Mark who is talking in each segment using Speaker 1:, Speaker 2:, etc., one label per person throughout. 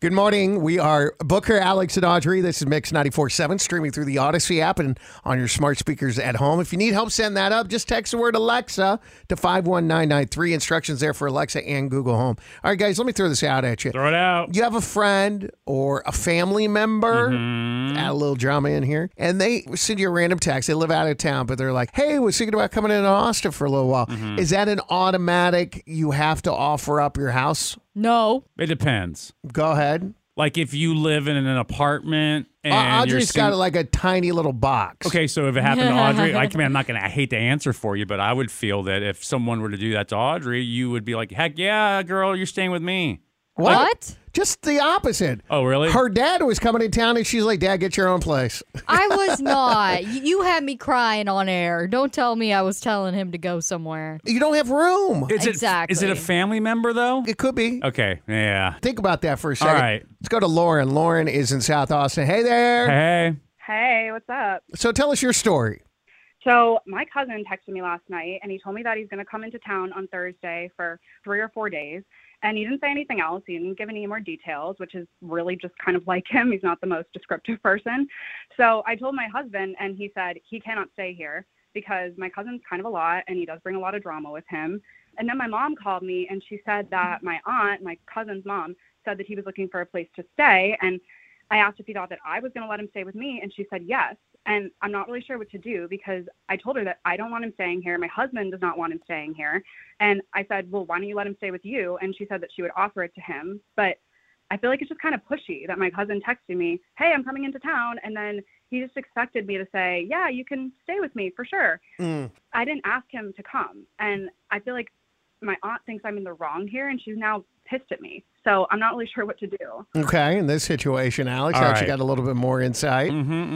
Speaker 1: Good morning. We are Booker, Alex, and Audrey. This is Mix 94.7, streaming through the Odyssey app and on your smart speakers at home. If you need help setting that up, just text the word Alexa to 51993. Instructions there for Alexa and Google Home. All right, guys, let me throw this out at you.
Speaker 2: Throw it out.
Speaker 1: You have a friend or a family member, add a little drama in here, and they send you a random text. They live out of town, but they're like, hey, was thinking about coming into Austin for a little while. Is that an automatic, you have to offer up your house?
Speaker 3: No.
Speaker 2: It depends.
Speaker 1: Go ahead.
Speaker 2: Like if you live in an apartment and
Speaker 1: Uh,
Speaker 2: you're
Speaker 1: Audrey's
Speaker 2: sing-
Speaker 1: got like a tiny little box.
Speaker 2: Okay, so if it happened to Audrey, like, I mean, I'm not gonna. I hate to answer for you, but I would feel that if someone were to do that to Audrey, you would be like, "Heck yeah, girl, you're staying with me."
Speaker 3: What?
Speaker 1: Just the opposite.
Speaker 2: Oh, really?
Speaker 1: Her dad was coming in town and she's like, Dad, get your own place.
Speaker 3: I was not. You- You had me crying on air. Don't tell me I was telling him to go somewhere.
Speaker 1: You don't have room.
Speaker 2: Is It, is it
Speaker 3: Exactly.
Speaker 2: a family member though?
Speaker 1: It could be.
Speaker 2: Okay. Yeah.
Speaker 1: Think about that for a second.
Speaker 2: right.
Speaker 1: Let's go to Lauren. Lauren is in South Austin. Hey there.
Speaker 2: Hey.
Speaker 4: Hey, what's up?
Speaker 1: So tell us your story.
Speaker 4: So, my cousin texted me last night and he told me that he's going to come into town on Thursday for three or four days. And he didn't say anything else. He didn't give any more details, which is really just kind of like him. He's not the most descriptive person. So, I told my husband, and he said he cannot stay here because my cousin's kind of a lot and he does bring a lot of drama with him. And then my mom called me and she said that my aunt, my cousin's mom, said that he was looking for a place to stay. And I asked if he thought that I was going to let him stay with me, and she said yes. And I'm not really sure what to do because I told her that I don't want him staying here. My husband does not want him staying here. And I said, Well, why don't you let him stay with you? And she said that she would offer it to him. But I feel like it's just kind of pushy that my cousin texted me, Hey, I'm coming into town. And then he just expected me to say, Yeah, you can stay with me for sure.
Speaker 2: Mm.
Speaker 4: I didn't ask him to come. And I feel like my aunt thinks I'm in the wrong here, and she's now pissed at me. So I'm not really sure what to do.
Speaker 1: Okay. In this situation, Alex
Speaker 2: All
Speaker 1: actually
Speaker 2: right.
Speaker 1: got a little bit more insight.
Speaker 2: Mm.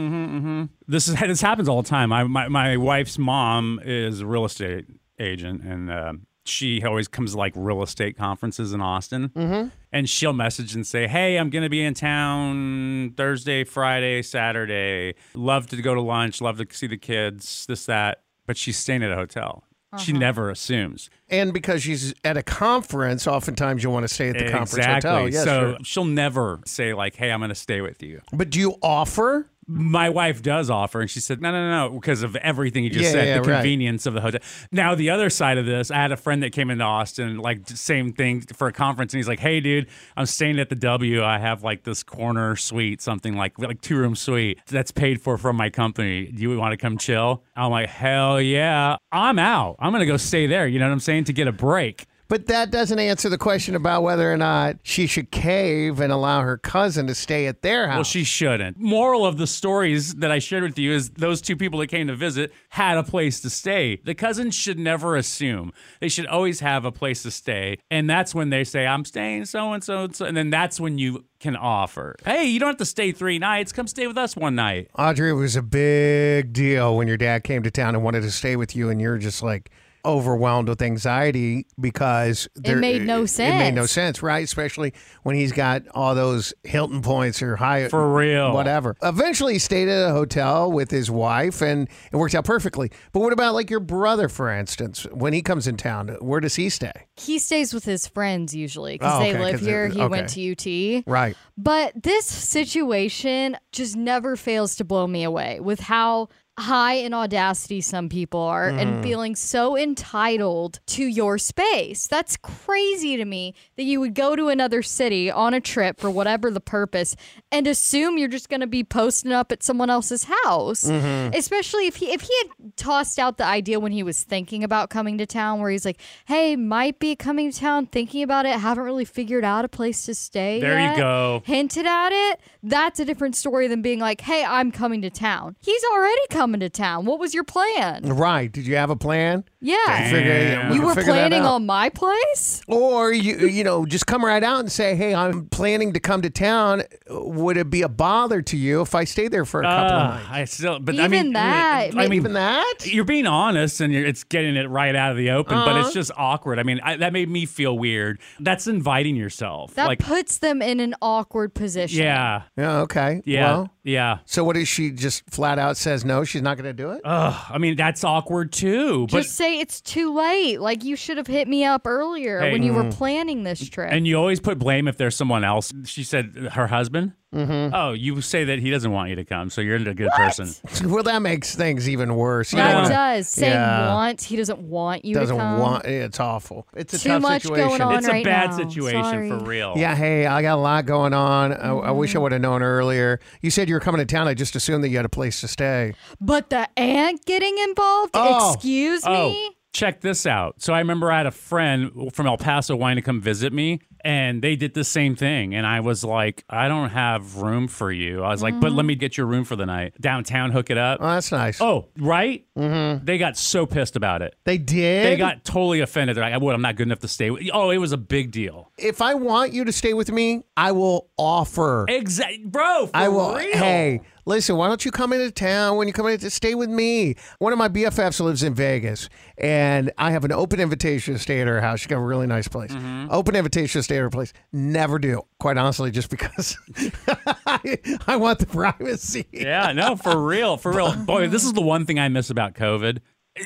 Speaker 2: This is this happens all the time. I, my my wife's mom is a real estate agent, and uh, she always comes to like real estate conferences in Austin. Mm-hmm. And she'll message and say, "Hey, I'm gonna be in town Thursday, Friday, Saturday. Love to go to lunch. Love to see the kids. This that." But she's staying at a hotel. She
Speaker 1: Uh-huh.
Speaker 2: never assumes.
Speaker 1: And because she's at a conference, oftentimes you want to stay at the conference
Speaker 2: exactly.
Speaker 1: hotel. Yeah,
Speaker 2: so
Speaker 1: sure.
Speaker 2: she'll never say like, "Hey, I'm going to stay with you."
Speaker 1: But do you offer?
Speaker 2: my wife does offer, and she said, "No, no, no, no," because of everything you just
Speaker 1: Yeah,
Speaker 2: said,
Speaker 1: yeah,
Speaker 2: the
Speaker 1: right.
Speaker 2: convenience of the hotel." Now, the other side of this, I had a friend that came into Austin, like d- same thing for a conference, and he's like, "Hey, dude, I'm staying at the W. I have like this corner suite, something like like two room suite that's paid for from my company. Do you want to come chill?" I'm like, "Hell yeah, I'm out. I'm gonna go stay there." You know what I'm saying? To get a break.
Speaker 1: But that doesn't answer the question about whether or not she should cave and allow her cousin to stay at their house.
Speaker 2: Well, she shouldn't. Moral of the stories that I shared with you is those two people that came to visit had a place to stay. The cousins should never assume. They should always have a place to stay. And that's when they say, I'm staying so and so and so. And then that's when you can offer, hey, you don't have to stay three nights. Come stay with us one night.
Speaker 1: Audrey, it was a big deal when your dad came to town and wanted to stay with you, and you're just like overwhelmed with anxiety because there-
Speaker 3: made no
Speaker 1: It made no
Speaker 3: sense.
Speaker 1: sense, right? Especially when he's got all those Hilton points or high
Speaker 2: For real.
Speaker 1: whatever. Eventually, he stayed at a hotel with his wife, and it worked out perfectly. But what about like your brother, for instance? When he comes in town, where does he stay?
Speaker 3: He stays with his friends usually because
Speaker 1: Oh, okay,
Speaker 3: they
Speaker 1: 'cause
Speaker 3: live
Speaker 1: it-
Speaker 3: here. he went
Speaker 1: okay.
Speaker 3: to UT.
Speaker 1: Right.
Speaker 3: But this situation just never fails to blow me away with how high in audacity some people are
Speaker 2: Hmm.
Speaker 3: and feeling so entitled to your space. That's crazy to me that you would go to another city on a trip for whatever the purpose and assume you're just going to be posting up at someone else's house.
Speaker 2: Mm-hmm.
Speaker 3: Especially if he if he had tossed out the idea when he was thinking about coming to town where he's like, "Hey, might be coming to town, thinking about it, haven't really figured out a place to stay."
Speaker 2: There you
Speaker 3: yet."
Speaker 2: go.
Speaker 3: hinted at it, that's a different story than being like, hey, I'm coming to town. He's already coming to town. What was your plan?
Speaker 1: Right. Did you have a plan?
Speaker 3: Yeah.
Speaker 2: Damn.
Speaker 1: Figure-
Speaker 3: You were
Speaker 1: figure that
Speaker 3: planning
Speaker 1: out.
Speaker 3: on my place?
Speaker 1: Or you you know just come right out and say, "Hey, I'm planning to come to town. Would it be a bother to you if I stayed there for a couple of
Speaker 2: Uh,
Speaker 1: nights?"
Speaker 2: I still, but I
Speaker 3: Even
Speaker 2: mean,
Speaker 3: that,
Speaker 2: I mean,
Speaker 1: Even that?
Speaker 2: You're being honest, and you're, it's getting it right out of the open, but
Speaker 3: Uh-huh.
Speaker 2: it's just awkward. I mean, I, that made me feel weird. That's inviting yourself.
Speaker 3: That
Speaker 2: like,
Speaker 3: puts them in an awkward position.
Speaker 2: yeah,
Speaker 1: Yeah. Okay.
Speaker 2: yeah,
Speaker 1: Well,
Speaker 2: yeah.
Speaker 1: so what is she just flat out says no? She's not going to do it.
Speaker 3: Uh.
Speaker 2: Ugh, I mean, that's awkward too. But
Speaker 3: Just say it's too late. Like you should have hit me up earlier
Speaker 2: Hey.
Speaker 3: when you
Speaker 1: Mm.
Speaker 3: were planning this trip.
Speaker 2: and you always put blame if there's someone else. She said her husband. Mm-hmm. Oh, you say that he doesn't want you to come, so you're not a good person.
Speaker 1: well, that makes things even worse. You
Speaker 3: that
Speaker 1: don't wanna-
Speaker 3: does. Saying
Speaker 1: Yeah.
Speaker 3: wants, he doesn't want you
Speaker 1: doesn't
Speaker 3: to come.
Speaker 1: want. It's awful. It's a
Speaker 3: Too
Speaker 1: tough
Speaker 3: much going
Speaker 1: situation.
Speaker 3: on
Speaker 2: It's a
Speaker 3: right
Speaker 2: bad
Speaker 3: now.
Speaker 2: situation for
Speaker 3: Sorry.
Speaker 2: real.
Speaker 1: Yeah, hey, I got a lot going on. I, I wish
Speaker 3: Mm-hmm.
Speaker 1: I would have known earlier. You said you were coming to town. I just assumed that you had a place to stay.
Speaker 3: but the aunt getting involved?
Speaker 1: Oh.
Speaker 3: Excuse
Speaker 2: Oh,
Speaker 3: me?
Speaker 2: check this out. So I remember I had a friend from El Paso wanting to come visit me, and they did the same thing. And I was like, I don't have room for you. I was like, but let
Speaker 3: Mm-hmm.
Speaker 2: me get your room for the night downtown. Hook it up.
Speaker 3: Uh,
Speaker 1: Oh, that's nice.
Speaker 2: oh, right. Mm-hmm. They got so pissed about it.
Speaker 1: they did.
Speaker 2: They got totally offended. They're like, "What? I'm not good enough to stay." with Oh, it was a big deal.
Speaker 1: If I want you to stay with me, I will offer.
Speaker 2: Exactly, bro. for
Speaker 1: I will.
Speaker 2: real.
Speaker 1: Hey, listen. Why don't you come into town when you come in? Stay with me. One of my BFFs lives in Vegas, and I have an open invitation to stay at her house. She got a really nice place.
Speaker 2: Mm-hmm.
Speaker 1: Open invitation to stay at her place. Never do. Quite honestly, just because I, I want the privacy.
Speaker 2: Yeah, no, for real, for real. Boy, this is the one thing I miss about COVID.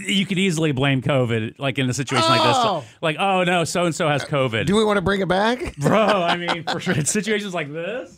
Speaker 2: You could easily blame COVID, like in a situation like
Speaker 1: Oh. Uh,
Speaker 2: this. Like, oh no, so and so has COVID.
Speaker 1: Do we want to bring it back?
Speaker 2: Bro, I mean, for situations like this.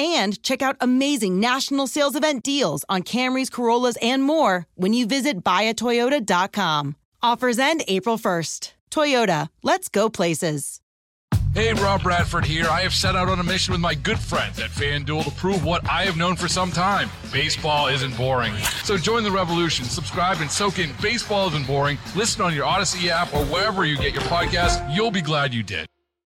Speaker 5: and check out amazing national sales event deals on Camrys, Corollas, and more when you visit buyatoyota.com. Offers end April 1st. Toyota, let's go places.
Speaker 6: Hey, Rob Bradford here. I have set out on a mission with my good friends at FanDuel to prove what I have known for some time baseball isn't boring. So join the revolution, subscribe, and soak in Baseball Isn't Boring. Listen on your Odyssey app or wherever you get your podcast. You'll be glad you did.